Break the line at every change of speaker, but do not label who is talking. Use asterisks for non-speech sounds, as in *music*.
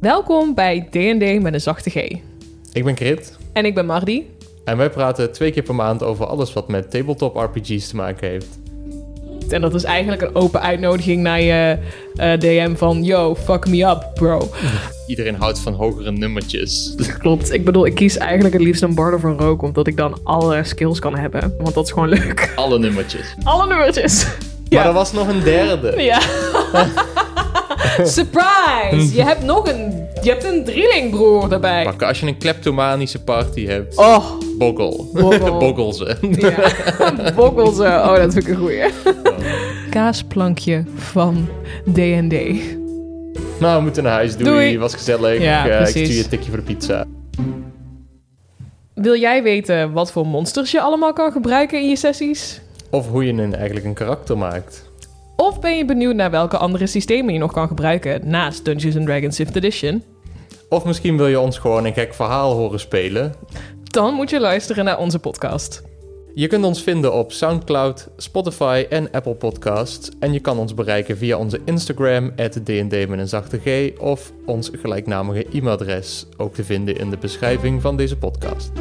Welkom bij D&D met een zachte G.
Ik ben Krit
En ik ben Mardi.
en wij praten twee keer per maand over alles wat met tabletop RPG's te maken heeft.
En dat is eigenlijk een open uitnodiging naar je eh, DM van... Yo, fuck me up, bro.
Iedereen houdt van hogere nummertjes. *laughs*
Klopt. Ik bedoel, ik kies eigenlijk het liefst een bard of een rook... omdat ik dan alle skills kan hebben. Want dat is gewoon leuk. *laughs*
Alle nummertjes.
Alle nummertjes. *laughs*
Maar er was nog een derde.
Ja. Surprise! Je hebt nog een... Je hebt een drielingbroer erbij.
Pakken als je een kleptomanische party hebt.
Oh,
Boggle.
Boggle.
*laughs* Boggle ze.
ja. *laughs* Bokkel zo. Oh, dat vind ik een goeie. Kaasplankje van D&D.
Nou, we moeten naar huis. Doei.
Doei.
Was gezellig.
Ja,
Eh, ik
precies.
stuur je een tikje voor de pizza.
Wil jij weten wat voor monsters je allemaal kan gebruiken in je sessies?
Of hoe je een, eigenlijk een karakter maakt.
Of ben je benieuwd naar welke andere systemen je nog kan gebruiken naast Dungeons Dragons 5th Edition?
Of misschien wil je ons gewoon een gek verhaal horen spelen.
Dan moet je luisteren naar onze podcast.
Je kunt ons vinden op SoundCloud, Spotify en Apple Podcasts. En je kan ons bereiken via onze Instagram, @dnd met een zachte G, of ons gelijknamige e-mailadres, ook te vinden in de beschrijving van deze podcast.